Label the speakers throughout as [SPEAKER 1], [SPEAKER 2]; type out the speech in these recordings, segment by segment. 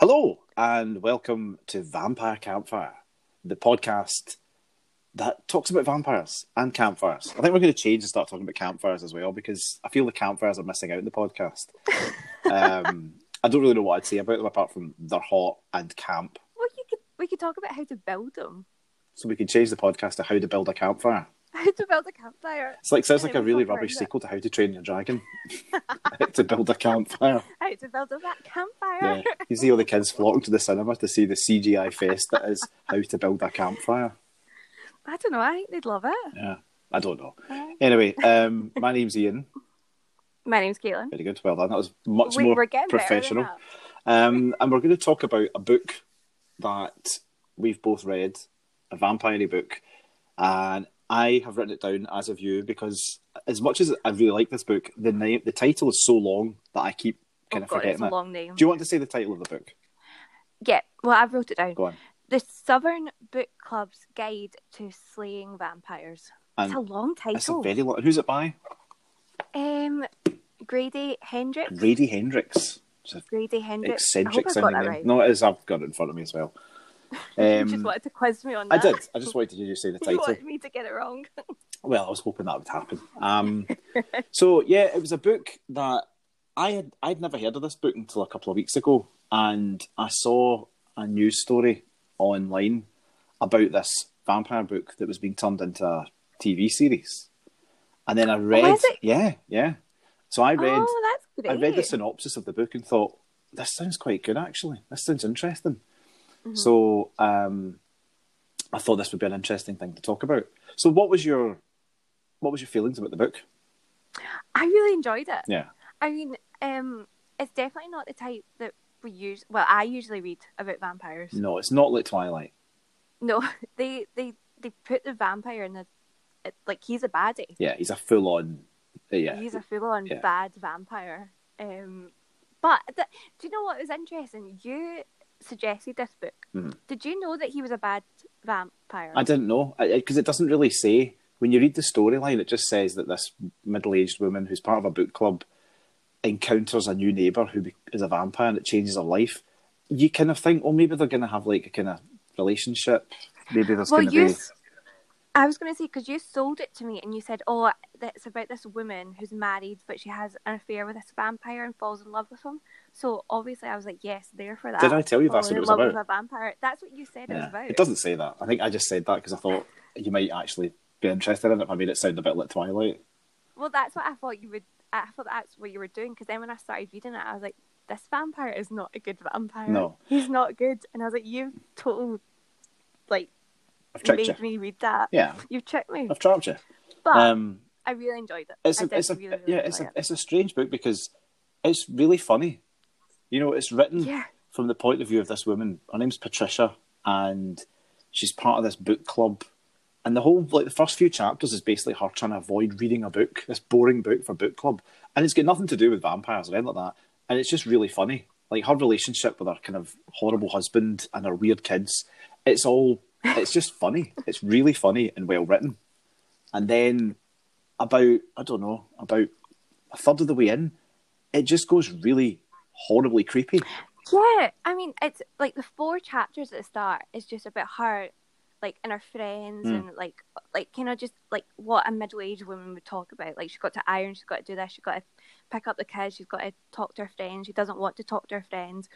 [SPEAKER 1] Hello, and welcome to Vampire Campfire, the podcast that talks about vampires and campfires. I think we're going to change and start talking about campfires as well because I feel the campfires are missing out in the podcast. um, I don't really know what I'd say about them apart from they're hot and camp.
[SPEAKER 2] Well, you could we could talk about how to build them,
[SPEAKER 1] So we can change the podcast to how to build a campfire.
[SPEAKER 2] how to build a campfire,
[SPEAKER 1] It's like sounds like a
[SPEAKER 2] Anyway,
[SPEAKER 1] really
[SPEAKER 2] talk about
[SPEAKER 1] rubbish
[SPEAKER 2] it.
[SPEAKER 1] sequel to How to Train Your Dragon. to build a campfire.
[SPEAKER 2] how to build up that campfire.
[SPEAKER 1] Yeah. You see all the kids flocking to the cinema to see the CGI fest that is how to build a campfire.
[SPEAKER 2] I don't know. I think they'd love it.
[SPEAKER 1] Yeah, I don't know.
[SPEAKER 2] Right.
[SPEAKER 1] Anyway, um, my name's Ian.
[SPEAKER 2] My name's Caitlin.
[SPEAKER 1] Very good. Well done. That was much
[SPEAKER 2] we
[SPEAKER 1] more
[SPEAKER 2] were getting
[SPEAKER 1] professional.
[SPEAKER 2] Better
[SPEAKER 1] Um, and we're going to talk about a book that we've both read, a vampire book, and I have written it down as of you because as much as I really like this book, the name, the title is so long that I keep kind
[SPEAKER 2] than that.
[SPEAKER 1] of
[SPEAKER 2] oh God, it's
[SPEAKER 1] forgetting
[SPEAKER 2] a
[SPEAKER 1] it.
[SPEAKER 2] long name.
[SPEAKER 1] Do you want to say the title of the book?
[SPEAKER 2] Yeah. Well, I wrote it down.
[SPEAKER 1] Go on.
[SPEAKER 2] The Southern Book Club's Guide to Slaying Vampires. it's a
[SPEAKER 1] And
[SPEAKER 2] long
[SPEAKER 1] it's a
[SPEAKER 2] title.
[SPEAKER 1] very long. Who's it by?
[SPEAKER 2] Um, Grady Hendricks.
[SPEAKER 1] Grady Hendricks. It's a
[SPEAKER 2] Grady Hendricks.
[SPEAKER 1] eccentric
[SPEAKER 2] I hope I got
[SPEAKER 1] sounding
[SPEAKER 2] that
[SPEAKER 1] name.
[SPEAKER 2] right.
[SPEAKER 1] No, it is. I've got it in front of me as well.
[SPEAKER 2] you just
[SPEAKER 1] Um,
[SPEAKER 2] wanted to quiz me on
[SPEAKER 1] I
[SPEAKER 2] that.
[SPEAKER 1] did. I just wanted you to say the
[SPEAKER 2] You
[SPEAKER 1] title.
[SPEAKER 2] wanted me to get it wrong.
[SPEAKER 1] Well, I was hoping that would happen. Um, so yeah, it was a book that I had I'd never heard of this book until a couple of weeks ago, and I saw a news story online about this vampire book that was being turned into a TV series, and then I read.
[SPEAKER 2] Oh, is it?
[SPEAKER 1] Yeah, yeah. So I read
[SPEAKER 2] oh, that's
[SPEAKER 1] I
[SPEAKER 2] great.
[SPEAKER 1] read the synopsis of the book and thought this sounds quite good actually. This sounds interesting.
[SPEAKER 2] Mm-hmm.
[SPEAKER 1] So um, I thought this would be an interesting thing to talk about. So what was your what was your feelings about the book?
[SPEAKER 2] I really enjoyed it.
[SPEAKER 1] Yeah,
[SPEAKER 2] I mean, um, it's definitely not the type that we use. Well, I usually read about vampires.
[SPEAKER 1] no, it's not like Twilight.
[SPEAKER 2] No, they they they put the vampire in the it, like he's a baddie.
[SPEAKER 1] Yeah, he's a full on. Yeah,
[SPEAKER 2] He's a full on
[SPEAKER 1] Yeah.
[SPEAKER 2] bad vampire. Um, but th- do you know what was interesting? You suggested this book.
[SPEAKER 1] Mhm.
[SPEAKER 2] Did you know that he was a bad vampire?
[SPEAKER 1] I didn't know because it doesn't really say when you read the storyline. It just says that this middle-aged woman who's part of a book club encounters a new neighbor who be- is a vampire and it changes her life. You kind of think, oh, maybe they're going to have like a kind of relationship. Maybe there's
[SPEAKER 2] well,
[SPEAKER 1] going to
[SPEAKER 2] you.
[SPEAKER 1] be.
[SPEAKER 2] s- I was going to say because you sold it to me and you said, "Oh, that's about this woman who's married, but she has an affair with this vampire and falls in love with him." So obviously, I was like, "Yes, there for that."
[SPEAKER 1] Did I tell you that's
[SPEAKER 2] Falling
[SPEAKER 1] what it
[SPEAKER 2] in
[SPEAKER 1] was
[SPEAKER 2] love
[SPEAKER 1] about?
[SPEAKER 2] With a vampire. That's what you said it was
[SPEAKER 1] Yeah.
[SPEAKER 2] about.
[SPEAKER 1] It doesn't say that. I think I just said that because I thought you might actually be interested in it. If I made it sound a bit like Twilight.
[SPEAKER 2] Well, that's what I thought you would. I thought that's what you were doing because then when I started reading it, I was like, "This vampire is not a good vampire.
[SPEAKER 1] No.
[SPEAKER 2] he's not good." And I was like, "You've total like
[SPEAKER 1] I've tricked
[SPEAKER 2] made
[SPEAKER 1] you.
[SPEAKER 2] me Ah. read that.
[SPEAKER 1] Yeah,
[SPEAKER 2] You've tricked me."
[SPEAKER 1] I've trapped you.
[SPEAKER 2] But
[SPEAKER 1] Um,
[SPEAKER 2] I really enjoyed it.
[SPEAKER 1] it's
[SPEAKER 2] I
[SPEAKER 1] a,
[SPEAKER 2] did
[SPEAKER 1] it's a,
[SPEAKER 2] really, really
[SPEAKER 1] yeah, it's
[SPEAKER 2] enjoy
[SPEAKER 1] a,
[SPEAKER 2] it.
[SPEAKER 1] it's a strange book because it's really funny. You know, it's written
[SPEAKER 2] yeah.
[SPEAKER 1] from the point of view of this woman. Her name's Patricia, and she's part of this book club. And the whole, like, the first few chapters is basically her trying to avoid reading a book, this boring book for book club. And it's got nothing to do with vampires or anything like that. And it's just really funny. Like, her relationship with her kind of horrible husband and her weird kids, it's all, it's just funny. It's really funny and well written. And then about, I don't know, about a third of the way in, it just goes really horribly creepy.
[SPEAKER 2] Yeah, I mean, it's like the four chapters at the start is just about her, like, and her friends,
[SPEAKER 1] Mm.
[SPEAKER 2] and like, like you know, just like what a middle-aged woman would talk about. Like, she's got to iron, she's got to do this, she's got to pick up the kids, she's got to talk to her friends. She doesn't want to talk to her friends,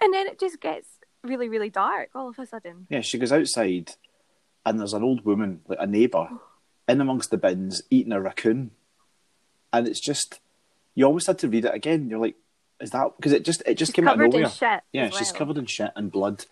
[SPEAKER 2] and then it just gets really, really dark all of a sudden.
[SPEAKER 1] Yeah, she goes outside, and there's an old woman, like a neighbour, in amongst the bins eating a raccoon, and it's just you almost had to read it again. You're like, is that because it just it just
[SPEAKER 2] She's
[SPEAKER 1] came out of
[SPEAKER 2] covered
[SPEAKER 1] nowhere?
[SPEAKER 2] in shit.
[SPEAKER 1] yeah,
[SPEAKER 2] as
[SPEAKER 1] she's
[SPEAKER 2] well.
[SPEAKER 1] covered in shit and blood,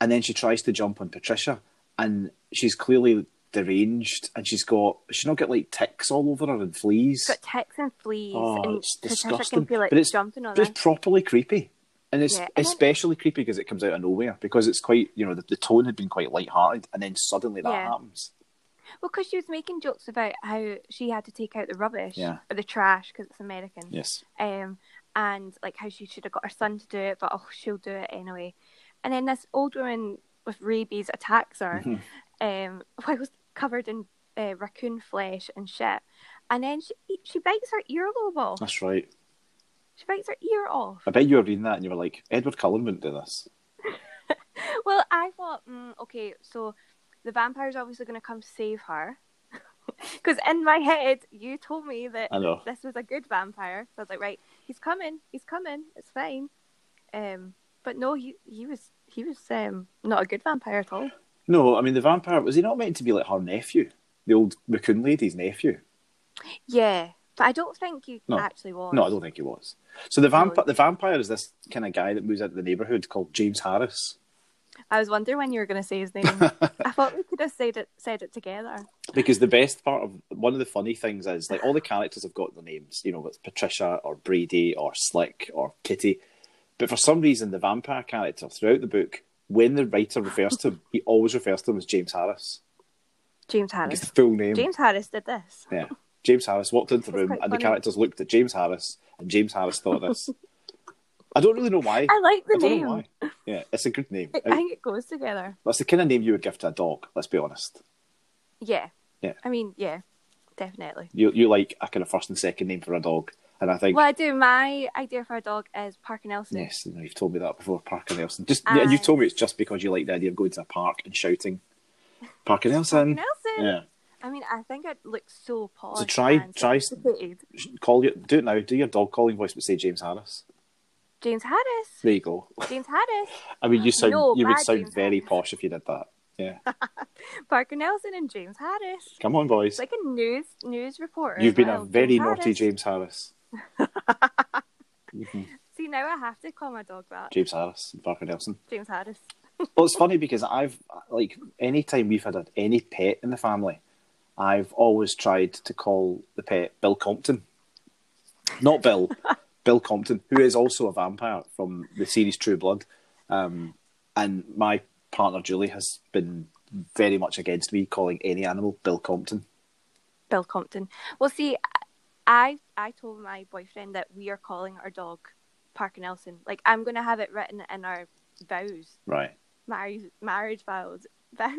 [SPEAKER 1] and then she tries to jump on Patricia, and she's clearly deranged, and she's got she's not got like ticks all over her and fleas.
[SPEAKER 2] She's got ticks and fleas,
[SPEAKER 1] Oh,
[SPEAKER 2] and
[SPEAKER 1] it's
[SPEAKER 2] Patricia
[SPEAKER 1] disgusting.
[SPEAKER 2] can feel like
[SPEAKER 1] But it's-
[SPEAKER 2] jumping on
[SPEAKER 1] But it's
[SPEAKER 2] this.
[SPEAKER 1] properly creepy. and it's
[SPEAKER 2] Yeah, and then-
[SPEAKER 1] especially creepy because it comes out of nowhere because it's quite you know the, the tone had been quite light-hearted and then suddenly that
[SPEAKER 2] Yeah.
[SPEAKER 1] happens
[SPEAKER 2] Well, because she was making jokes about how she had to take out the rubbish
[SPEAKER 1] Yeah.
[SPEAKER 2] or the trash because it's American,
[SPEAKER 1] yes
[SPEAKER 2] um, and like how she should have got her son to do it, but oh, she'll do it anyway. And then this old woman with rabies attacks her,
[SPEAKER 1] Mhm.
[SPEAKER 2] um, whilst covered in uh, raccoon flesh and shit. And then she she bites her earlobe off.
[SPEAKER 1] that's right
[SPEAKER 2] She bites her ear off.
[SPEAKER 1] i bet you were reading that and you were like edward cullen wouldn't do this
[SPEAKER 2] Well, I thought, mm, okay, so the vampire's obviously going to come save her. Because in my head, you told me that
[SPEAKER 1] i know
[SPEAKER 2] this was a good vampire. So I was like, right, he's coming, he's coming, it's fine. Um, but no, he he was he was um not a good vampire at all.
[SPEAKER 1] no i mean the vampire was he not meant to be like her nephew the old raccoon lady's nephew
[SPEAKER 2] Yeah, but I don't think he
[SPEAKER 1] No.
[SPEAKER 2] actually was.
[SPEAKER 1] no i don't think he was so the vampire
[SPEAKER 2] No.
[SPEAKER 1] the vampire is this kind of guy that moves out of the neighborhood called james harris
[SPEAKER 2] I was wondering when you were going to say his name. I thought we could have said it said it together.
[SPEAKER 1] Because the best part of one of the funny things is like all the characters have got their names, you know, it's Patricia or Brady or Slick or Kitty. But for some reason, the vampire character throughout the book, when the writer refers to him, he always refers to him as James Harris.
[SPEAKER 2] James
[SPEAKER 1] Like his
[SPEAKER 2] Harris.
[SPEAKER 1] full name.
[SPEAKER 2] James Harris did this.
[SPEAKER 1] Yeah. James Harris walked into the
[SPEAKER 2] It's
[SPEAKER 1] room and
[SPEAKER 2] quite
[SPEAKER 1] the
[SPEAKER 2] funny.
[SPEAKER 1] characters looked at James Harris and James Harris thought this. I don't really know why.
[SPEAKER 2] I like the
[SPEAKER 1] I don't
[SPEAKER 2] name.
[SPEAKER 1] know why. Yeah, it's a good name.
[SPEAKER 2] I I think it goes together.
[SPEAKER 1] That's the kind of name you would give to a dog, let's be honest.
[SPEAKER 2] Yeah.
[SPEAKER 1] Yeah.
[SPEAKER 2] I mean, yeah, definitely.
[SPEAKER 1] You, you like a kind of first and second name for a dog. And I think
[SPEAKER 2] Well, I do. My idea for a dog is Parker Nelson.
[SPEAKER 1] Yes, you know, you've told me that before, Parker Nelson. Just yeah, and you
[SPEAKER 2] Aye.
[SPEAKER 1] told me it's just because you like the idea of going to a park and shouting, Parker
[SPEAKER 2] Parker
[SPEAKER 1] Nelson.
[SPEAKER 2] Nelson. Oh,
[SPEAKER 1] Yeah,
[SPEAKER 2] I mean, I think it looks so posh.
[SPEAKER 1] So try-
[SPEAKER 2] and
[SPEAKER 1] try-
[SPEAKER 2] sophisticated.
[SPEAKER 1] call your do it now. Do your dog calling voice, but say James Harris.
[SPEAKER 2] James Harris.
[SPEAKER 1] There you go.
[SPEAKER 2] James Harris.
[SPEAKER 1] I mean, you sound
[SPEAKER 2] No,
[SPEAKER 1] you would
[SPEAKER 2] bad
[SPEAKER 1] sound
[SPEAKER 2] James
[SPEAKER 1] very
[SPEAKER 2] Harris.
[SPEAKER 1] posh if you did that. Yeah,
[SPEAKER 2] Parker Nelson and James Harris.
[SPEAKER 1] come on, boys.
[SPEAKER 2] It's like a news news reporter. as
[SPEAKER 1] You've been
[SPEAKER 2] well.
[SPEAKER 1] a very
[SPEAKER 2] James
[SPEAKER 1] naughty
[SPEAKER 2] Harris.
[SPEAKER 1] James Harris. Mhm.
[SPEAKER 2] See, now I have to call my dog that.
[SPEAKER 1] James Harris and Parker Nelson.
[SPEAKER 2] James Harris.
[SPEAKER 1] Well, it's funny because I've like any time we've had any pet in the family, I've always tried to call the pet Bill Compton, not Bill, Bill Compton, who is also a vampire from the series True Blood. Um, and my partner Julie has been very much against me calling any animal Bill Compton.
[SPEAKER 2] Bill Compton. Well, see, I I told my boyfriend that we are calling our dog Parker Nelson. Like, I'm going to have it written in our vows,
[SPEAKER 1] Right,
[SPEAKER 2] marriage marriage vows, vows.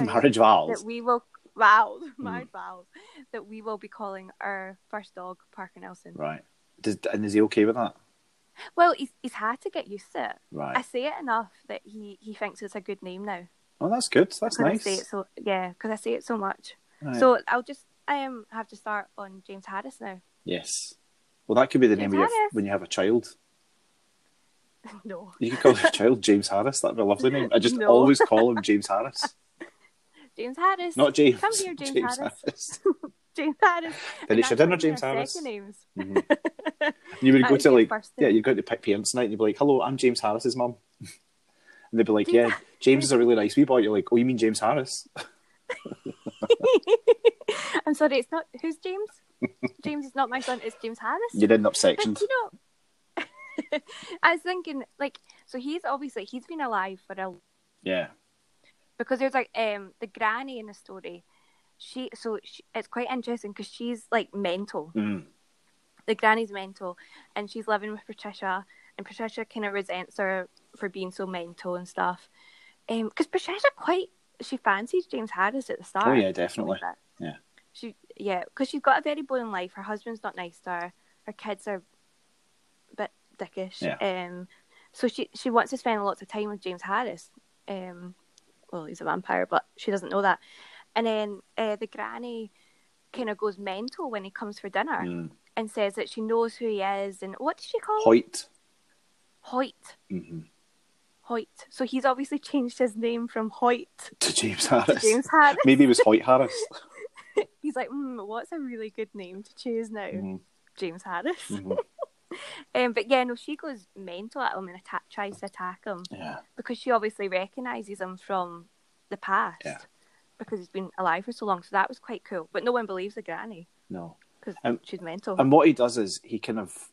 [SPEAKER 1] marriage vows. Mm.
[SPEAKER 2] that we will wow my vows that we will be calling our first dog Parker Nelson.
[SPEAKER 1] Right, Does, and is he okay with that?
[SPEAKER 2] Well, he's he's had to get used to it. I
[SPEAKER 1] Right.
[SPEAKER 2] say it enough that he he thinks it's a good name now.
[SPEAKER 1] Oh, that's good. That's
[SPEAKER 2] 'Cause
[SPEAKER 1] nice.
[SPEAKER 2] I say it so yeah, because I say it so much.
[SPEAKER 1] Right.
[SPEAKER 2] So I'll just um have to start on James Harris now.
[SPEAKER 1] yes. Well, that could be the name
[SPEAKER 2] James
[SPEAKER 1] of your,
[SPEAKER 2] Harris.
[SPEAKER 1] when you have a child.
[SPEAKER 2] no,
[SPEAKER 1] You could call your child James Harris. That'd be a lovely name. I just
[SPEAKER 2] No.
[SPEAKER 1] always call him James Harris,
[SPEAKER 2] James Harris.
[SPEAKER 1] not James.
[SPEAKER 2] Come here, James Harris.
[SPEAKER 1] Harris.
[SPEAKER 2] James Harris.
[SPEAKER 1] Then
[SPEAKER 2] And
[SPEAKER 1] it's your
[SPEAKER 2] that's
[SPEAKER 1] dinner,
[SPEAKER 2] why we
[SPEAKER 1] James
[SPEAKER 2] have
[SPEAKER 1] Harris.
[SPEAKER 2] Second names.
[SPEAKER 1] Mhm. You would
[SPEAKER 2] That
[SPEAKER 1] go
[SPEAKER 2] would
[SPEAKER 1] to
[SPEAKER 2] be a
[SPEAKER 1] like,
[SPEAKER 2] first
[SPEAKER 1] yeah,
[SPEAKER 2] thing.
[SPEAKER 1] you'd go to pick parents night and you'd be like, "Hello, I'm James Harris's mum," and they'd be like,
[SPEAKER 2] James
[SPEAKER 1] "Yeah, James is a really nice wee boy." You're like, "Oh, you mean James Harris?"
[SPEAKER 2] I'm sorry, it's not. Who's James? James is not my son. It's James Harris.
[SPEAKER 1] You'd end up
[SPEAKER 2] But
[SPEAKER 1] sectioned.
[SPEAKER 2] you know, I was thinking like, so he's obviously he's been alive for a
[SPEAKER 1] Yeah,
[SPEAKER 2] because there's like um the granny in the story. She so she, it's quite interesting because she's like mental.
[SPEAKER 1] Mm.
[SPEAKER 2] The granny's mental, and she's living with Patricia, and Patricia kind of resents her for being so mental and stuff. Um, because Patricia quite she fancies James Harris at the start.
[SPEAKER 1] Oh, yeah, definitely.
[SPEAKER 2] Ah. Like that.
[SPEAKER 1] Yeah.
[SPEAKER 2] She yeah, because she's got a very boring life. Her husband's not nice to her. Her kids are a bit dickish.
[SPEAKER 1] Yeah.
[SPEAKER 2] Um, so she she wants to spend lots of time with James Harris. Um, well, he's a vampire, but she doesn't know that. And then uh, the granny kind of goes mental when he comes for dinner
[SPEAKER 1] Mm.
[SPEAKER 2] and says that she knows who he is and what does she call him?
[SPEAKER 1] Hoyt.
[SPEAKER 2] Hoyt.
[SPEAKER 1] hmm
[SPEAKER 2] Hoyt. So he's obviously changed his name from Hoyt
[SPEAKER 1] To James
[SPEAKER 2] to
[SPEAKER 1] Harris.
[SPEAKER 2] James Harris.
[SPEAKER 1] Maybe it was Hoyt Harris.
[SPEAKER 2] He's like, mm, what's a really good name to choose now?
[SPEAKER 1] Mhm.
[SPEAKER 2] James Harris.
[SPEAKER 1] Mhm.
[SPEAKER 2] Um, but yeah, no, she goes mental at him and atta- tries to attack him
[SPEAKER 1] Yeah,
[SPEAKER 2] because she obviously recognises him from the past
[SPEAKER 1] Yeah.
[SPEAKER 2] because he's been alive for so long. So that was quite cool. But no one believes the granny
[SPEAKER 1] no.
[SPEAKER 2] because
[SPEAKER 1] Um,
[SPEAKER 2] she's mental.
[SPEAKER 1] And what he does is he kind of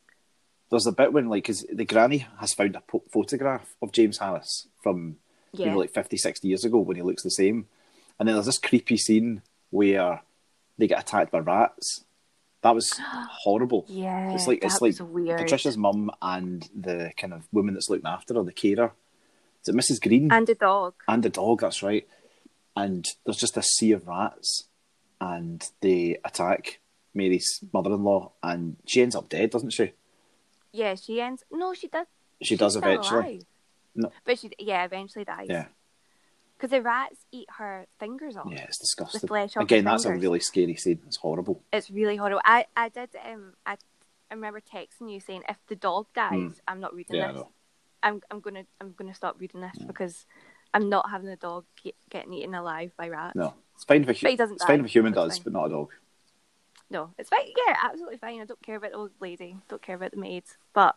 [SPEAKER 1] there's a bit when like 'cause the granny has found a po- photograph of James Harris from you
[SPEAKER 2] Yeah.
[SPEAKER 1] know like 50, 60 years ago when he looks the same, and then there's this creepy scene where they get attacked by rats. That was horrible.
[SPEAKER 2] Yeah,
[SPEAKER 1] it's like it's
[SPEAKER 2] that
[SPEAKER 1] like
[SPEAKER 2] was weird.
[SPEAKER 1] Patricia's mum and the kind of woman that's looking after her, the carer. Is it Mrs. Green?
[SPEAKER 2] and a dog.
[SPEAKER 1] and a dog. That's right. And there's just a sea of rats, and they attack Mary's mother-in-law, and she ends up dead, doesn't she?
[SPEAKER 2] Yeah, she ends. No, she does.
[SPEAKER 1] She does
[SPEAKER 2] still
[SPEAKER 1] eventually.
[SPEAKER 2] alive.
[SPEAKER 1] No.
[SPEAKER 2] But she, yeah, eventually dies.
[SPEAKER 1] Yeah,
[SPEAKER 2] Because the rats eat her fingers off.
[SPEAKER 1] yeah, it's disgusting.
[SPEAKER 2] The flesh off
[SPEAKER 1] Again,
[SPEAKER 2] the
[SPEAKER 1] that's a
[SPEAKER 2] fingers.
[SPEAKER 1] really scary scene. It's horrible.
[SPEAKER 2] It's really horrible. I, I did. Um, I, I remember texting you saying, "If the dog dies, I'm not reading
[SPEAKER 1] Hmm. Yeah, I
[SPEAKER 2] this.
[SPEAKER 1] know. Hmm.
[SPEAKER 2] I'm, I'm gonna, I'm gonna stop reading this because I'm not having a dog get, getting eaten alive by rats.
[SPEAKER 1] No, it's fine if a, hu-
[SPEAKER 2] But he doesn't
[SPEAKER 1] it's fine
[SPEAKER 2] die,
[SPEAKER 1] if a human
[SPEAKER 2] so it's
[SPEAKER 1] does,
[SPEAKER 2] fine.
[SPEAKER 1] but not a dog.
[SPEAKER 2] No, it's fine. Yeah, absolutely fine. I don't care about the old lady. Don't care about the maid. But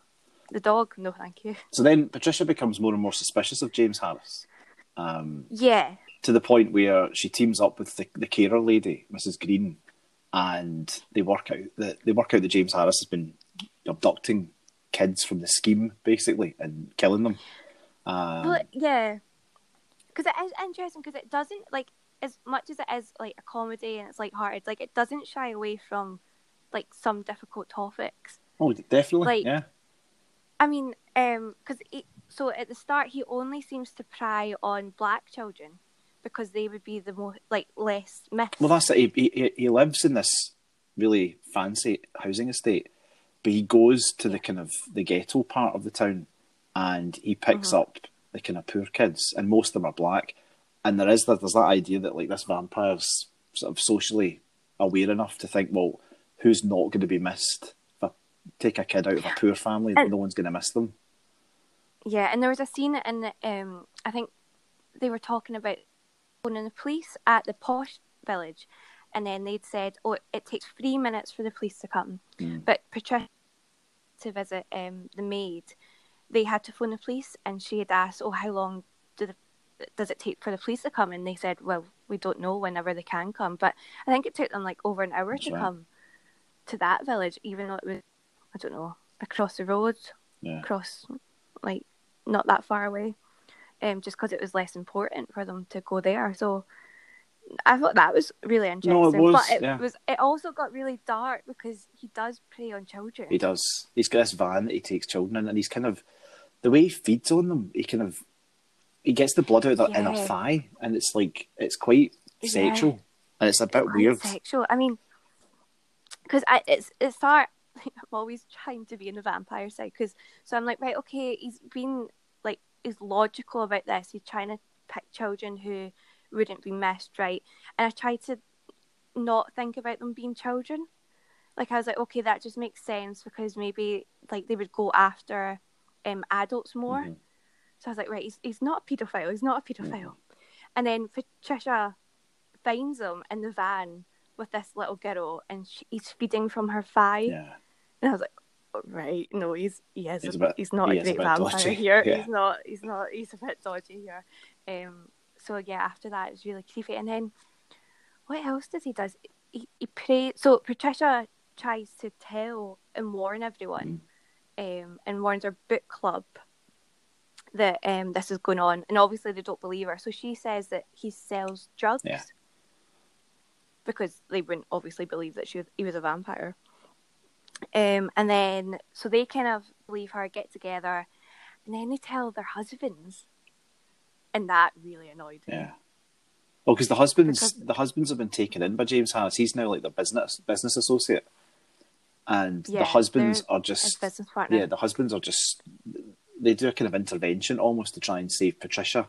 [SPEAKER 2] the dog, no, thank you.
[SPEAKER 1] So then Patricia becomes more and more suspicious of James Harris. Um,
[SPEAKER 2] Yeah,
[SPEAKER 1] to the point where she teams up with the, the carer lady, Mrs. Green, and they work out that they work out that James Harris has been abducting kids from the scheme basically and killing them. Um,
[SPEAKER 2] Well, yeah, because it is interesting because it doesn't like as much as it is like a comedy and it's lighthearted. Like it doesn't shy away from like some difficult topics.
[SPEAKER 1] oh, definitely,
[SPEAKER 2] like-
[SPEAKER 1] yeah,
[SPEAKER 2] I mean, um, because so at the start he only seems to pry on black children because they would be the most like less myths.
[SPEAKER 1] Well, that's it. He, he, he lives in this really fancy housing estate, but he goes to the kind of the ghetto part of the town, and he picks up the kind of poor kids, and most of them are black. And there is that there's that idea that like this vampire's sort of socially aware enough to think, well, who's not going to be missed? If I take a kid out of a poor family,
[SPEAKER 2] And-
[SPEAKER 1] no one's going to miss them.
[SPEAKER 2] Yeah, and there was a scene in the, um, I think they were talking about phoning the police at the posh village, and then they'd said, "Oh, it takes three minutes for the police to come."
[SPEAKER 1] Mm.
[SPEAKER 2] But Patricia to visit um, the maid, they had to phone the police, and she had asked, "Oh, how long do the, does it take for the police to come?" And they said, "Well, we don't know whenever they can come, but I think it took them like over an hour
[SPEAKER 1] That's
[SPEAKER 2] to
[SPEAKER 1] right.
[SPEAKER 2] come to that village, even though it was, I don't know, across the road
[SPEAKER 1] Yeah.
[SPEAKER 2] across like not that far away um just because it was less important for them to go there so i thought that was really interesting
[SPEAKER 1] was,
[SPEAKER 2] but it
[SPEAKER 1] yeah.
[SPEAKER 2] was it also got really dark because he does prey on children
[SPEAKER 1] He does. He's got this van that he takes children in, and he's kind of the way he feeds on them. He kind of he gets the blood out of their inner
[SPEAKER 2] Yeah.
[SPEAKER 1] thigh, and it's like it's quite
[SPEAKER 2] Yeah.
[SPEAKER 1] sexual, and it's a bit
[SPEAKER 2] Quite
[SPEAKER 1] weird.
[SPEAKER 2] sexual i mean because i it's it's hard like, i'm always trying to be in the vampire side because so i'm like right okay he's been like he's logical about this he's trying to pick children who wouldn't be missed right and i tried to not think about them being children. Like I was like, okay, that just makes sense because maybe like they would go after um, adults more.
[SPEAKER 1] Mhm.
[SPEAKER 2] So I was like, right, he's, he's not a paedophile. He's not a paedophile. And then Patricia finds him in the van with this little girl, and she, he's feeding from her thigh.
[SPEAKER 1] Yeah,
[SPEAKER 2] And I was like, "Oh, right, no, he's he is
[SPEAKER 1] He's
[SPEAKER 2] a-
[SPEAKER 1] a bit-
[SPEAKER 2] he's not
[SPEAKER 1] he is
[SPEAKER 2] a
[SPEAKER 1] a
[SPEAKER 2] great
[SPEAKER 1] bit
[SPEAKER 2] vampire
[SPEAKER 1] dodgy,
[SPEAKER 2] here.
[SPEAKER 1] yeah.
[SPEAKER 2] He's not he's not he's a bit dodgy here. Um, so yeah, after that it's really creepy. And then what else does he does? He he prays. So Patricia tries to tell and warn everyone, um, and warns her book club that um this is going on. And obviously they don't believe her. So she says that he sells drugs
[SPEAKER 1] Yeah.
[SPEAKER 2] because they wouldn't obviously believe that she was, he was a vampire. Um, and then so they kind of leave her, get together, and then they tell their husbands, and that really annoyed me.
[SPEAKER 1] yeah. Well, because the husbands
[SPEAKER 2] Because-
[SPEAKER 1] the husbands have been taken in by James Harris. He's now like their business business associate, and
[SPEAKER 2] Yeah,
[SPEAKER 1] the husbands
[SPEAKER 2] they're
[SPEAKER 1] are
[SPEAKER 2] As
[SPEAKER 1] just
[SPEAKER 2] business partner,
[SPEAKER 1] yeah, the husbands are just they do a kind of intervention almost to try and save Patricia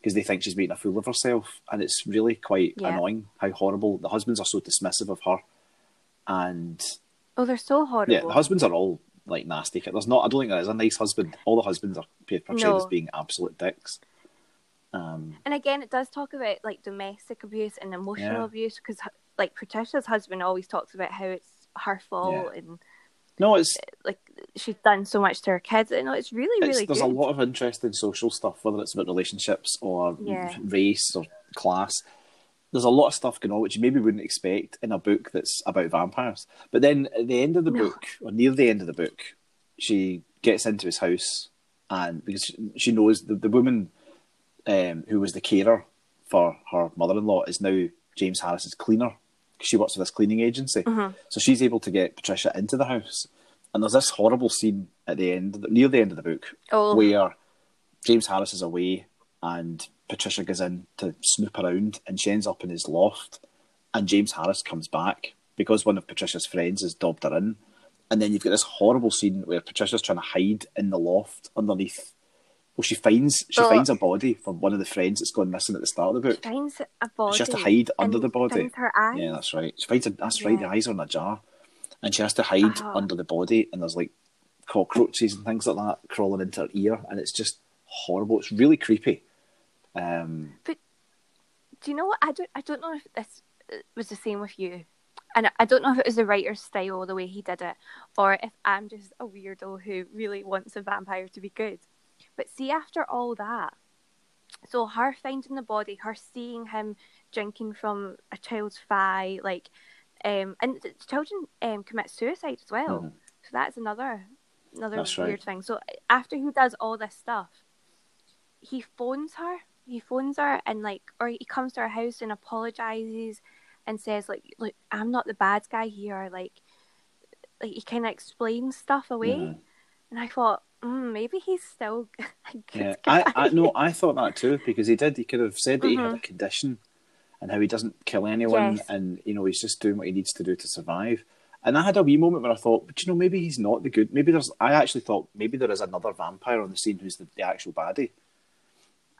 [SPEAKER 1] because they think she's making a fool of herself, and it's really quite
[SPEAKER 2] Yeah.
[SPEAKER 1] annoying how horrible the husbands are so dismissive of her, and
[SPEAKER 2] oh, they're so horrible.
[SPEAKER 1] yeah, the husbands are all like nasty. There's not, I don't think there is a nice husband. All the husbands are portrayed
[SPEAKER 2] No.
[SPEAKER 1] as being absolute dicks. Um,
[SPEAKER 2] and again, it does talk about like domestic abuse and emotional
[SPEAKER 1] Yeah.
[SPEAKER 2] abuse because like Patricia's husband always talks about how it's her fault and
[SPEAKER 1] no, it's
[SPEAKER 2] like she's done so much to her kids. You know, it's really,
[SPEAKER 1] it's,
[SPEAKER 2] really
[SPEAKER 1] there's
[SPEAKER 2] good.
[SPEAKER 1] a lot of interesting social stuff, whether it's about relationships or
[SPEAKER 2] Yeah.
[SPEAKER 1] race or class. There's a lot of stuff going on which you maybe wouldn't expect in a book that's about vampires. But then at the end of the
[SPEAKER 2] No.
[SPEAKER 1] book, or near the end of the book, she gets into his house, and because she- she knows the, the woman um, who was the carer for her mother in law is now James Harris's cleaner. 'cause She works for this cleaning agency.
[SPEAKER 2] Uh-huh.
[SPEAKER 1] So she's able to get Patricia into the house. And there's this horrible scene at the end, near the end of the book,
[SPEAKER 2] Oh.
[SPEAKER 1] where James Harris is away and Patricia goes in to snoop around and she ends up in his loft. And James Harris comes back because one of Patricia's friends has dobbed her in. And then you've got this horrible scene where Patricia's trying to hide in the loft underneath. Well, she finds she
[SPEAKER 2] Oh.
[SPEAKER 1] finds a body from one of the friends that's gone missing at the start of the book.
[SPEAKER 2] finds a body.
[SPEAKER 1] She has to hide under
[SPEAKER 2] and
[SPEAKER 1] the body.
[SPEAKER 2] finds her eyes.
[SPEAKER 1] Yeah, that's right. She finds her, that's right. The
[SPEAKER 2] Yeah.
[SPEAKER 1] eyes are in a jar, and she has to hide
[SPEAKER 2] Oh.
[SPEAKER 1] under the body. And there's like cockroaches and things like that crawling into her ear, and it's just horrible. It's really creepy. Um,
[SPEAKER 2] Do you know what? I don't. I don't know if this uh, was the same with you, and I- I don't know if it was the writer's style, the way he did it, or if I'm just a weirdo who really wants a vampire to be good. But see, after all that, so her finding the body, her seeing him drinking from a child's thigh, like, um, and the children um, commit suicide as well.
[SPEAKER 1] Mhm.
[SPEAKER 2] So that's another another
[SPEAKER 1] That's
[SPEAKER 2] weird
[SPEAKER 1] right.
[SPEAKER 2] thing. So uh, after he does all this stuff, he phones her. He phones her and like, or he comes to her house and apologizes, and says like, "Look, I'm not the bad guy here." Like, like he kind of explains stuff away.
[SPEAKER 1] Mhm.
[SPEAKER 2] And I thought, mm, maybe he's still a good
[SPEAKER 1] Yeah,
[SPEAKER 2] guy.
[SPEAKER 1] I, I no, I thought that too because he did. He could have said that he had a condition, and how he doesn't kill anyone,
[SPEAKER 2] Mm-hmm. Yes.
[SPEAKER 1] and you know he's just doing what he needs to do to survive. And I had a wee moment where I thought, but you know, maybe he's not the good. Maybe there's. I actually thought maybe there is another vampire on the scene who's the, the actual baddie.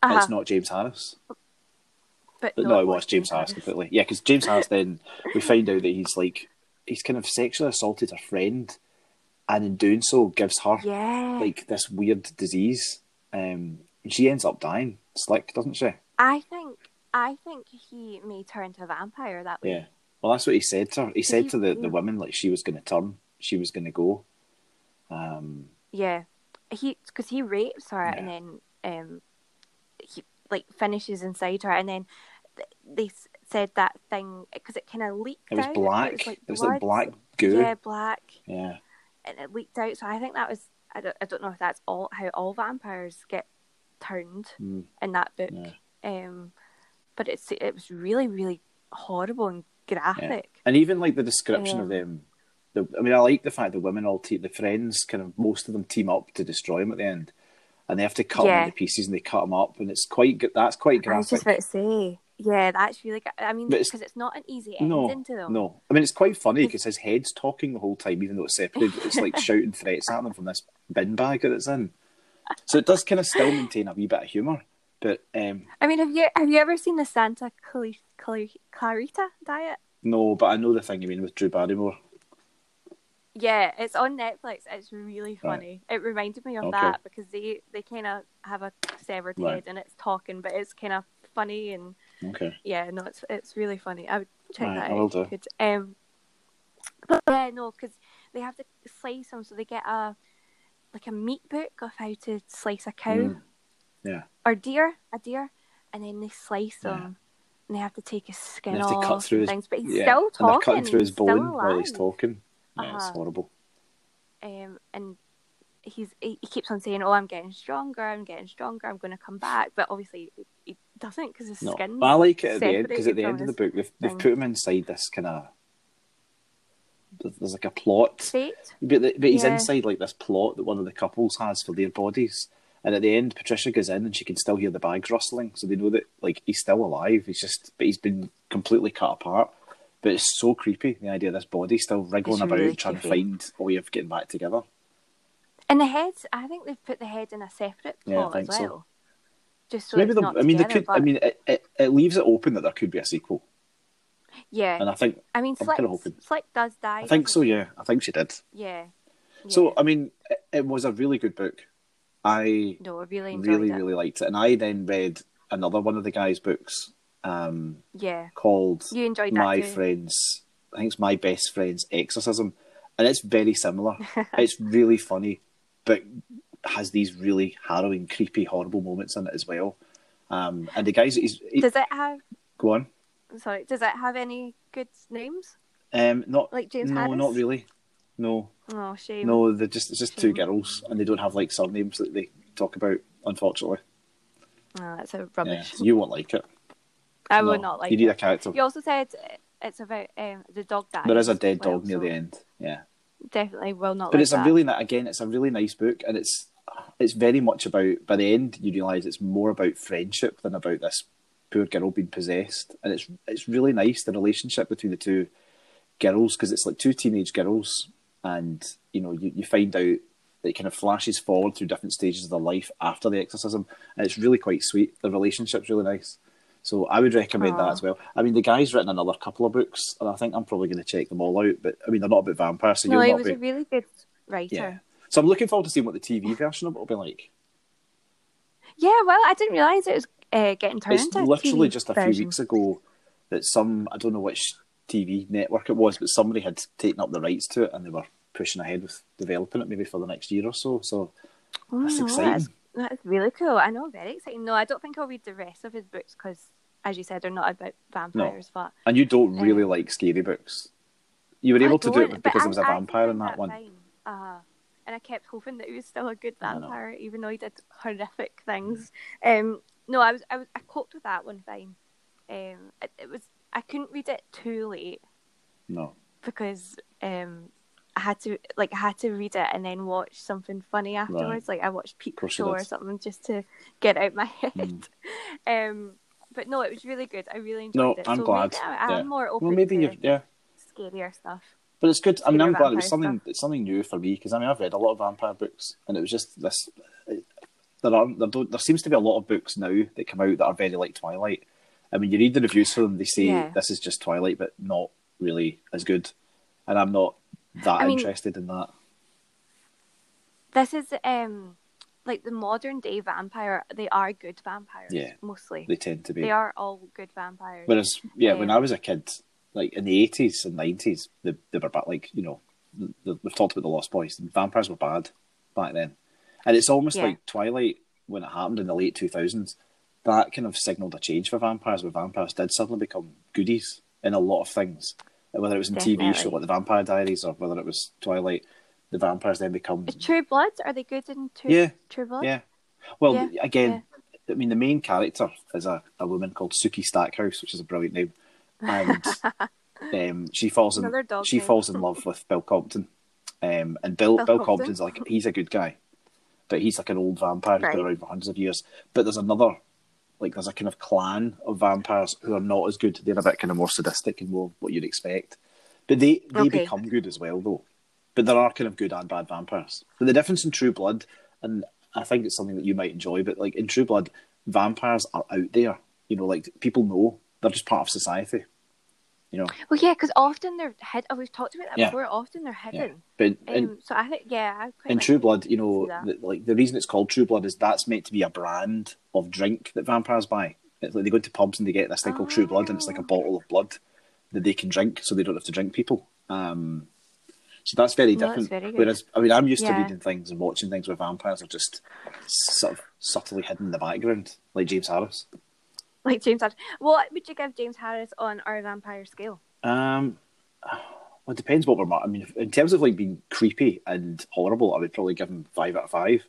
[SPEAKER 1] and
[SPEAKER 2] Uh-huh.
[SPEAKER 1] It's not James Harris.
[SPEAKER 2] but
[SPEAKER 1] But no, it was James Harris completely. Yeah, because James Harris then we find out that he's like he's kind of sexually assaulted her friend, and in doing so gives her
[SPEAKER 2] Yeah,
[SPEAKER 1] like this weird disease. Um, and she ends up dying slick, doesn't she?
[SPEAKER 2] I think I think he made her into a vampire that way.
[SPEAKER 1] Yeah. Well, that's what he said to her. He said
[SPEAKER 2] he-
[SPEAKER 1] to the,
[SPEAKER 2] yeah.
[SPEAKER 1] the women like she was going to turn, she was going to go. Um,
[SPEAKER 2] Yeah, he because he rapes her and
[SPEAKER 1] Yeah.
[SPEAKER 2] then um, he like finishes inside her, and then th- they s- said that thing because it kind of leaked.
[SPEAKER 1] it was
[SPEAKER 2] out.
[SPEAKER 1] black.
[SPEAKER 2] It was like, blood.
[SPEAKER 1] black goo.
[SPEAKER 2] Yeah, black,
[SPEAKER 1] yeah.
[SPEAKER 2] and it leaked out. So I think that was I don't I don't know if that's all how all vampires get turned
[SPEAKER 1] Mm.
[SPEAKER 2] in that book.
[SPEAKER 1] Yeah.
[SPEAKER 2] Um, but it's it was really really horrible and graphic.
[SPEAKER 1] And even like the description
[SPEAKER 2] Yeah.
[SPEAKER 1] of them, the, I mean, I like the fact the women all te- the friends kind of most of them team up to destroy him at the end, and they have to cut
[SPEAKER 2] Yeah.
[SPEAKER 1] him into pieces and they cut him up, and it's quite g- that's quite
[SPEAKER 2] I was
[SPEAKER 1] graphic.
[SPEAKER 2] just about to say, yeah, that's really. gra- I mean,
[SPEAKER 1] But it's-
[SPEAKER 2] because it's not an easy ending
[SPEAKER 1] No,
[SPEAKER 2] to them.
[SPEAKER 1] no. I mean, it's quite funny because his head's talking the whole time, even though it's separated. It's like shouting threats at them from this bin bag that it's in. So it does kind of still maintain a wee bit of humour. But um,
[SPEAKER 2] I mean, have you have you ever seen the Santa Cla- Cla- Clarita Diet?
[SPEAKER 1] no, but I know the thing you mean with Drew Barrymore.
[SPEAKER 2] Yeah, it's on Netflix. It's really
[SPEAKER 1] Right.
[SPEAKER 2] funny. It reminded me of
[SPEAKER 1] Okay.
[SPEAKER 2] that because they they kind of have a severed
[SPEAKER 1] Right.
[SPEAKER 2] head and it's talking, but it's kind of funny and
[SPEAKER 1] Okay.
[SPEAKER 2] yeah, no, it's it's really funny. I would check
[SPEAKER 1] Right,
[SPEAKER 2] that
[SPEAKER 1] I
[SPEAKER 2] out.
[SPEAKER 1] will
[SPEAKER 2] if you
[SPEAKER 1] do.
[SPEAKER 2] could. Um, but yeah, no, because they have to slice them, so they get a like a meat book of how to slice a cow
[SPEAKER 1] Mm. Yeah.
[SPEAKER 2] or deer, a deer, and then they slice
[SPEAKER 1] Yeah.
[SPEAKER 2] them. And they have to take his skin
[SPEAKER 1] And they have
[SPEAKER 2] off
[SPEAKER 1] to cut through
[SPEAKER 2] and
[SPEAKER 1] his
[SPEAKER 2] things, but he's
[SPEAKER 1] yeah,
[SPEAKER 2] still
[SPEAKER 1] And they're
[SPEAKER 2] talking.
[SPEAKER 1] cutting through his
[SPEAKER 2] he's still
[SPEAKER 1] bone while he's
[SPEAKER 2] alive.
[SPEAKER 1] talking. Yeah, it's
[SPEAKER 2] Uh-huh.
[SPEAKER 1] horrible.
[SPEAKER 2] um, and he's he he keeps on saying, "Oh, I'm getting stronger. I'm getting stronger. I'm going to come back." But obviously, he- he doesn't because his
[SPEAKER 1] No,
[SPEAKER 2] skin.
[SPEAKER 1] but I like it at the end because at
[SPEAKER 2] separated
[SPEAKER 1] the
[SPEAKER 2] from
[SPEAKER 1] end of the
[SPEAKER 2] his
[SPEAKER 1] book, they've, they've
[SPEAKER 2] thing.
[SPEAKER 1] put him inside this kind of. There's like a plot.
[SPEAKER 2] state.
[SPEAKER 1] But, the, but he's
[SPEAKER 2] Yeah.
[SPEAKER 1] inside like this plot that one of the couples has for their bodies. And at the end, Patricia goes in and she can still hear the bags rustling, so they know that like he's still alive. He's just, but he's been completely cut apart. But it's so creepy the idea of this body still wriggling
[SPEAKER 2] It's
[SPEAKER 1] about,
[SPEAKER 2] really
[SPEAKER 1] trying to
[SPEAKER 2] creepy.
[SPEAKER 1] find a way of getting back together.
[SPEAKER 2] And the heads, I think they've put the head in a separate
[SPEAKER 1] Yeah, I
[SPEAKER 2] plot as
[SPEAKER 1] think so.
[SPEAKER 2] well. Just so
[SPEAKER 1] Maybe
[SPEAKER 2] it's
[SPEAKER 1] the,
[SPEAKER 2] not
[SPEAKER 1] I mean, they
[SPEAKER 2] together,
[SPEAKER 1] could. I
[SPEAKER 2] but-
[SPEAKER 1] mean, it, it, it leaves it open that there could be a sequel,
[SPEAKER 2] yeah,
[SPEAKER 1] and I think
[SPEAKER 2] I mean,
[SPEAKER 1] I'm kinda
[SPEAKER 2] Slick,
[SPEAKER 1] hoping-
[SPEAKER 2] Slick does die.
[SPEAKER 1] I think so.
[SPEAKER 2] doesn't he?
[SPEAKER 1] Yeah, I think she did.
[SPEAKER 2] Yeah.
[SPEAKER 1] So
[SPEAKER 2] Yeah.
[SPEAKER 1] I mean, it, it was a really good book. I
[SPEAKER 2] no, I really enjoyed
[SPEAKER 1] really,
[SPEAKER 2] it.
[SPEAKER 1] really liked it. And I then read another one of the guy's books um,
[SPEAKER 2] Yeah,
[SPEAKER 1] called
[SPEAKER 2] you enjoyed that
[SPEAKER 1] My
[SPEAKER 2] too.
[SPEAKER 1] Friend's, I think it's My Best Friend's Exorcism. And it's very similar. it's really funny, but has these really harrowing, creepy, horrible moments in it as well. Um, and the guys, he's, he,
[SPEAKER 2] Does it have?
[SPEAKER 1] go on.
[SPEAKER 2] Sorry, does it have any good names
[SPEAKER 1] Um, not
[SPEAKER 2] like James
[SPEAKER 1] no,
[SPEAKER 2] Harris?
[SPEAKER 1] not really. No,
[SPEAKER 2] Oh, shame.
[SPEAKER 1] No, they're just it's just two
[SPEAKER 2] Shame.
[SPEAKER 1] girls, and they don't have like surnames that they talk about. Unfortunately,
[SPEAKER 2] Oh, that's a
[SPEAKER 1] yeah,
[SPEAKER 2] rubbish.
[SPEAKER 1] so you won't like it.
[SPEAKER 2] I
[SPEAKER 1] No,
[SPEAKER 2] would not like
[SPEAKER 1] You need
[SPEAKER 2] it.
[SPEAKER 1] a character.
[SPEAKER 2] You also said it's about um, the dog dies.
[SPEAKER 1] There is a
[SPEAKER 2] as
[SPEAKER 1] dead
[SPEAKER 2] well,
[SPEAKER 1] dog near
[SPEAKER 2] so
[SPEAKER 1] the end. Yeah,
[SPEAKER 2] Definitely will not
[SPEAKER 1] but
[SPEAKER 2] like
[SPEAKER 1] it's a
[SPEAKER 2] that.
[SPEAKER 1] really ni- again, it's a really nice book, and it's it's very much about. By the end, you realise it's more about friendship than about this poor girl being possessed, and it's it's really nice the relationship between the two girls because it's like two teenage girls, and you know you, you find out that it kind of flashes forward through different stages of their life after the exorcism, and it's really quite sweet. The relationship's really nice. So I would recommend
[SPEAKER 2] Aw.
[SPEAKER 1] that as well. I mean, the guy's written another couple of books, and I think I'm probably going to check them all out. But I mean, they're not about vampires, so
[SPEAKER 2] no,
[SPEAKER 1] you'll
[SPEAKER 2] he
[SPEAKER 1] not
[SPEAKER 2] was
[SPEAKER 1] be.
[SPEAKER 2] a really good writer.
[SPEAKER 1] Yeah.
[SPEAKER 2] Yeah.
[SPEAKER 1] So I'm looking forward to seeing what the TV version of it will be like.
[SPEAKER 2] well, I didn't realise it was uh, getting turned
[SPEAKER 1] it's
[SPEAKER 2] into a
[SPEAKER 1] literally
[SPEAKER 2] TV
[SPEAKER 1] just a
[SPEAKER 2] version.
[SPEAKER 1] few weeks ago that some I don't know which TV network it was, but somebody had taken up the rights to it and they were pushing ahead with developing it maybe for the next year or so. So
[SPEAKER 2] Oh,
[SPEAKER 1] That's
[SPEAKER 2] no,
[SPEAKER 1] exciting.
[SPEAKER 2] That's, that's really cool. I know, very exciting. No, I don't think I'll read the rest of his books because, as you said, they're not about vampires. But
[SPEAKER 1] and you don't really
[SPEAKER 2] Yeah.
[SPEAKER 1] like scary books. You were able
[SPEAKER 2] I
[SPEAKER 1] to do it
[SPEAKER 2] don't- but
[SPEAKER 1] because there
[SPEAKER 2] I-
[SPEAKER 1] was a
[SPEAKER 2] I
[SPEAKER 1] vampire in
[SPEAKER 2] found
[SPEAKER 1] that one.
[SPEAKER 2] fine. Uh, and I kept hoping that he was still a good
[SPEAKER 1] I know.
[SPEAKER 2] vampire, even though he did horrific things. Um, no, I was, I was, I coped with that one fine. Um, it, it was, I couldn't read it too late
[SPEAKER 1] No.
[SPEAKER 2] because um, I had to like I had to read it and then watch something funny afterwards. Like I watched Peep
[SPEAKER 1] course you
[SPEAKER 2] Show or
[SPEAKER 1] did.
[SPEAKER 2] something just to get it out my head.
[SPEAKER 1] Mm.
[SPEAKER 2] Um, but no, it was really good. I really enjoyed
[SPEAKER 1] No,
[SPEAKER 2] it.
[SPEAKER 1] I'm
[SPEAKER 2] so
[SPEAKER 1] glad.
[SPEAKER 2] Maybe I, I'm
[SPEAKER 1] Yeah.
[SPEAKER 2] more open
[SPEAKER 1] Well, maybe
[SPEAKER 2] to
[SPEAKER 1] you're, yeah.
[SPEAKER 2] scarier stuff.
[SPEAKER 1] But it's good. I mean, I'm
[SPEAKER 2] Scary
[SPEAKER 1] glad it was
[SPEAKER 2] vampire
[SPEAKER 1] something
[SPEAKER 2] stuff.
[SPEAKER 1] it's something new for me because I mean I've read a lot of vampire books, and it was just this. it- There aren't there don't there seems to be a lot of books now that come out that are very like Twilight. I mean, you read the reviews for them; they say
[SPEAKER 2] Yeah.
[SPEAKER 1] this is just Twilight, but not really as good. And I'm not that
[SPEAKER 2] I mean-
[SPEAKER 1] interested in that.
[SPEAKER 2] This is um, like the modern day vampire. They are good vampires
[SPEAKER 1] Yeah.
[SPEAKER 2] mostly.
[SPEAKER 1] They tend to be.
[SPEAKER 2] They are all good vampires.
[SPEAKER 1] Whereas, yeah, when
[SPEAKER 2] Yeah.
[SPEAKER 1] I was a kid, like in the eighties and nineties, they, they were back like you know, the, we've talked about the Lost Boys. Vampires were bad back then, and it's almost
[SPEAKER 2] Yeah.
[SPEAKER 1] like Twilight when it happened in the late two thousands. That kind of signalled a change for vampires, where vampires did suddenly become goodies in a lot of things. And whether it was in TV show
[SPEAKER 2] Definitely.
[SPEAKER 1] like The Vampire Diaries or whether it was Twilight, the vampires then become
[SPEAKER 2] Is True Bloods are they good in True?
[SPEAKER 1] Yeah.
[SPEAKER 2] True Blood.
[SPEAKER 1] yeah. Well,
[SPEAKER 2] Yeah,
[SPEAKER 1] again, I mean, the main character is a, a woman called Suki Stackhouse, which is a brilliant name, and um, she falls in
[SPEAKER 2] Another dog
[SPEAKER 1] she
[SPEAKER 2] name.
[SPEAKER 1] falls in love with Bill Compton, um, and Bill Bill,
[SPEAKER 2] Bill Compton.
[SPEAKER 1] Compton's like he's a good guy, but he's like an old vampire who's been
[SPEAKER 2] Right.
[SPEAKER 1] around for hundreds of years. But there's another. Like there's a kind of clan of vampires who are not as good. They're a bit kind of more sadistic and more what you'd expect, but they they
[SPEAKER 2] Okay.
[SPEAKER 1] become good as well though. But there are kind of good and bad vampires. But the difference in True Blood, and I think it's something that you might enjoy, but like in True Blood, vampires are out there. You know, like people know they're just part of society. You know,
[SPEAKER 2] Well, yeah, because often they're hidden. Oh, we've talked about that
[SPEAKER 1] Yeah.
[SPEAKER 2] before. Often they're hidden.
[SPEAKER 1] but in,
[SPEAKER 2] Um, so I think yeah, I quite
[SPEAKER 1] in
[SPEAKER 2] like
[SPEAKER 1] True
[SPEAKER 2] it.
[SPEAKER 1] Blood, you know,
[SPEAKER 2] see that.
[SPEAKER 1] the, like the reason it's called True Blood is that's meant to be a brand of drink that vampires buy. It's like they go into pubs and they get this thing called True Blood, and it's like a
[SPEAKER 2] Oh.
[SPEAKER 1] bottle of blood that they can drink, so they don't have to drink people. Um, so that's very
[SPEAKER 2] No, that's
[SPEAKER 1] different.
[SPEAKER 2] very good.
[SPEAKER 1] Whereas, I mean, I'm used to
[SPEAKER 2] Yeah.
[SPEAKER 1] reading things and watching things where vampires are just sort of subtly hidden in the background, like James Harris.
[SPEAKER 2] Like James Harris. What would you give James Harris on our vampire scale?
[SPEAKER 1] Um, well, it depends what we're. mar- I mean, if- in terms of like being creepy and horrible, I would probably give him five out of five.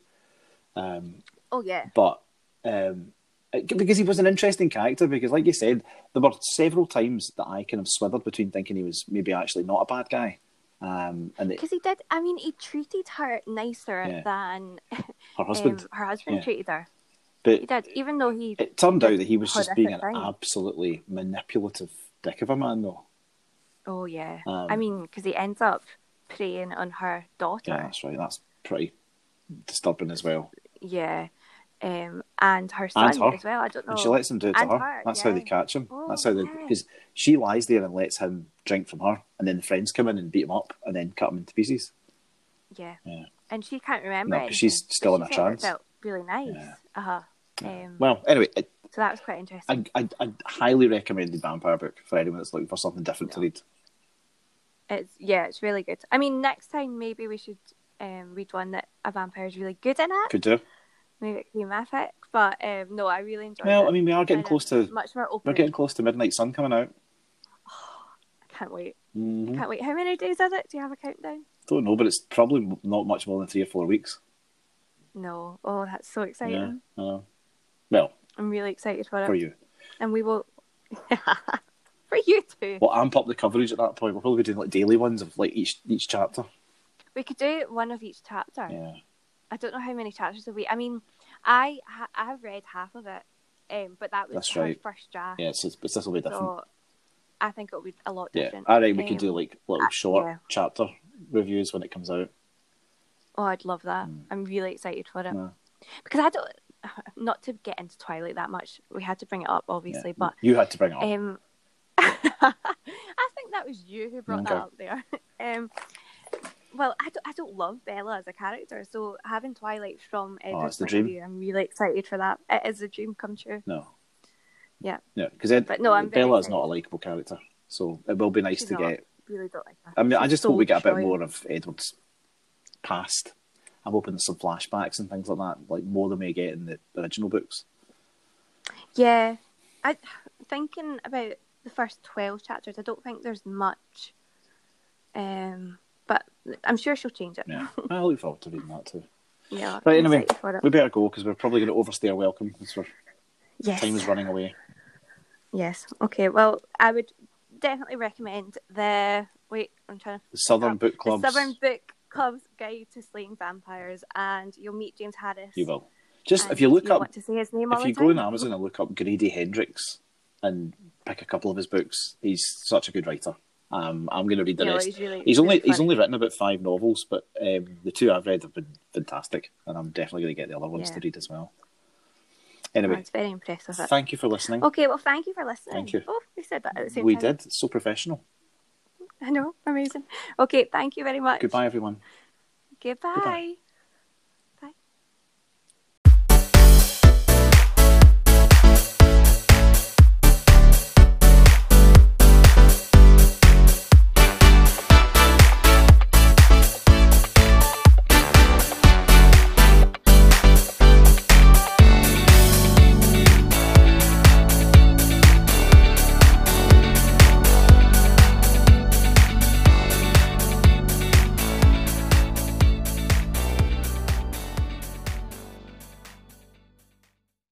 [SPEAKER 1] Um,
[SPEAKER 2] Oh yeah.
[SPEAKER 1] but um, it- because he was an interesting character, because like you said, there were several times that I kind of swithered between thinking he was maybe actually not a bad guy, um, and that
[SPEAKER 2] Because he did. I mean, he treated her nicer
[SPEAKER 1] Yeah.
[SPEAKER 2] than
[SPEAKER 1] her husband.
[SPEAKER 2] um, her husband
[SPEAKER 1] Yeah.
[SPEAKER 2] treated her. He
[SPEAKER 1] but
[SPEAKER 2] did, even though he.
[SPEAKER 1] it turned out that he was just being an
[SPEAKER 2] Horrific thing.
[SPEAKER 1] absolutely manipulative dick of a man, though.
[SPEAKER 2] oh yeah.
[SPEAKER 1] Um,
[SPEAKER 2] I mean, because he ends up preying on her
[SPEAKER 1] Yeah,
[SPEAKER 2] daughter.
[SPEAKER 1] that's right. That's pretty disturbing as well.
[SPEAKER 2] Yeah. Um, and her son
[SPEAKER 1] And her.
[SPEAKER 2] as well. I don't know.
[SPEAKER 1] And she lets him do it to
[SPEAKER 2] Oh, And
[SPEAKER 1] her.
[SPEAKER 2] her,
[SPEAKER 1] That's how they
[SPEAKER 2] yeah.
[SPEAKER 1] catch him.
[SPEAKER 2] Oh,
[SPEAKER 1] That's how they
[SPEAKER 2] yeah.
[SPEAKER 1] because she lies there and lets him drink from her, and then the friends come in and beat him up, and then cut him into pieces.
[SPEAKER 2] yeah.
[SPEAKER 1] Yeah.
[SPEAKER 2] And she can't remember.
[SPEAKER 1] No, 'cause she's
[SPEAKER 2] anything, but
[SPEAKER 1] still in
[SPEAKER 2] she
[SPEAKER 1] a
[SPEAKER 2] said it
[SPEAKER 1] trance.
[SPEAKER 2] Felt really nice.
[SPEAKER 1] Yeah.
[SPEAKER 2] Uh huh.
[SPEAKER 1] Yeah.
[SPEAKER 2] Um,
[SPEAKER 1] Well, anyway, it,
[SPEAKER 2] so that was quite interesting.
[SPEAKER 1] I, I, I highly recommend the vampire book for anyone that's looking for something different to read.
[SPEAKER 2] It's yeah, it's really good. I mean, next time maybe we should um, read one that a vampire is really good in it.
[SPEAKER 1] Could do.
[SPEAKER 2] Maybe it could be my pick, but um, no, I really enjoyed it.
[SPEAKER 1] Well, I mean, we are
[SPEAKER 2] I
[SPEAKER 1] getting
[SPEAKER 2] know,
[SPEAKER 1] close to
[SPEAKER 2] much more
[SPEAKER 1] we're
[SPEAKER 2] open.
[SPEAKER 1] getting close to Midnight Sun coming out.
[SPEAKER 2] Can't wait,
[SPEAKER 1] Mhm.
[SPEAKER 2] can't wait. How many days is it? Do you have a countdown?
[SPEAKER 1] Don't know, but it's probably not much more than three or four weeks.
[SPEAKER 2] No. Oh, that's so exciting.
[SPEAKER 1] Yeah, I know. Uh, Well,
[SPEAKER 2] I'm really excited for it.
[SPEAKER 1] for you.
[SPEAKER 2] And we will. for you too.
[SPEAKER 1] We'll amp up the coverage at that point. We'll probably be doing like daily ones of like each each chapter.
[SPEAKER 2] We could do one of each chapter.
[SPEAKER 1] Yeah.
[SPEAKER 2] I don't know how many chapters a week. I mean, I ha- I read half of it, um, but that was
[SPEAKER 1] That's
[SPEAKER 2] her
[SPEAKER 1] right.
[SPEAKER 2] first draft.
[SPEAKER 1] Yeah, so it's, but this will be different.
[SPEAKER 2] so I think it'll be a lot
[SPEAKER 1] yeah.
[SPEAKER 2] different.
[SPEAKER 1] I reckon we
[SPEAKER 2] Um,
[SPEAKER 1] can do like little
[SPEAKER 2] uh,
[SPEAKER 1] short
[SPEAKER 2] yeah.
[SPEAKER 1] chapter reviews when it comes out.
[SPEAKER 2] Oh, I'd love that.
[SPEAKER 1] Mm.
[SPEAKER 2] I'm really excited for it
[SPEAKER 1] Yeah.
[SPEAKER 2] because I don't. Not to get into Twilight that much, we had to bring it up,
[SPEAKER 1] Yeah.
[SPEAKER 2] obviously, but
[SPEAKER 1] you had to bring it up.
[SPEAKER 2] Um, I think that was you who brought that up there. Um, well, I don't, I don't love Bella as a character, so having Twilight from Edward's
[SPEAKER 1] Oh, it's the
[SPEAKER 2] point of
[SPEAKER 1] dream.
[SPEAKER 2] view, I'm really excited for that. It is a dream come true.
[SPEAKER 1] no.
[SPEAKER 2] Yeah.
[SPEAKER 1] Yeah, because Ed,
[SPEAKER 2] But no, I'm very
[SPEAKER 1] Bella's not a
[SPEAKER 2] excited.
[SPEAKER 1] likable character, so it will be nice
[SPEAKER 2] She's
[SPEAKER 1] to
[SPEAKER 2] not.
[SPEAKER 1] get.
[SPEAKER 2] Really don't like that.
[SPEAKER 1] I mean, I
[SPEAKER 2] She's
[SPEAKER 1] just
[SPEAKER 2] so
[SPEAKER 1] hope we get a bit
[SPEAKER 2] destroying.
[SPEAKER 1] more of Edward's past. I'm hoping there's some flashbacks and things like that, like more than we get in the original books.
[SPEAKER 2] Yeah, I thinking about the first twelve chapters. I don't think there's much, um, but I'm sure she'll change it.
[SPEAKER 1] Yeah, I look forward to reading that too.
[SPEAKER 2] Yeah,
[SPEAKER 1] Right,
[SPEAKER 2] I'm
[SPEAKER 1] anyway,
[SPEAKER 2] excited for it.
[SPEAKER 1] We better go because we're probably going to overstay our welcome because our
[SPEAKER 2] yes.
[SPEAKER 1] time is running away.
[SPEAKER 2] Yes. Okay. Well, I would definitely recommend the wait. I'm trying to
[SPEAKER 1] The Southern Book Clubs.
[SPEAKER 2] the Southern Book Club's Guide to Slaying Vampires, and you'll meet James Harris.
[SPEAKER 1] You will. Just
[SPEAKER 2] and
[SPEAKER 1] if you look
[SPEAKER 2] you'll
[SPEAKER 1] up,
[SPEAKER 2] want to say his name all
[SPEAKER 1] if
[SPEAKER 2] the
[SPEAKER 1] you
[SPEAKER 2] time.
[SPEAKER 1] go on Amazon and look up Grady Hendrix and pick a couple of his books, he's such a good writer. Um, I'm going to read the
[SPEAKER 2] Yeah, well,
[SPEAKER 1] rest.
[SPEAKER 2] he's really-
[SPEAKER 1] he's only
[SPEAKER 2] really
[SPEAKER 1] he's
[SPEAKER 2] funny.
[SPEAKER 1] only written about five novels, but um, the two I've read have been fantastic, and I'm definitely going to get the other ones
[SPEAKER 2] Yeah.
[SPEAKER 1] to read as well.
[SPEAKER 2] Oh,
[SPEAKER 1] Anyway,
[SPEAKER 2] it's very impressive. it.
[SPEAKER 1] thank you for listening.
[SPEAKER 2] Okay. Well, thank you for listening.
[SPEAKER 1] Thank you.
[SPEAKER 2] Oh, we said that at the same
[SPEAKER 1] we
[SPEAKER 2] time.
[SPEAKER 1] did so professional.
[SPEAKER 2] I know. Amazing. Okay. Thank you very much.
[SPEAKER 1] Goodbye, everyone.
[SPEAKER 2] Goodbye.
[SPEAKER 1] Goodbye.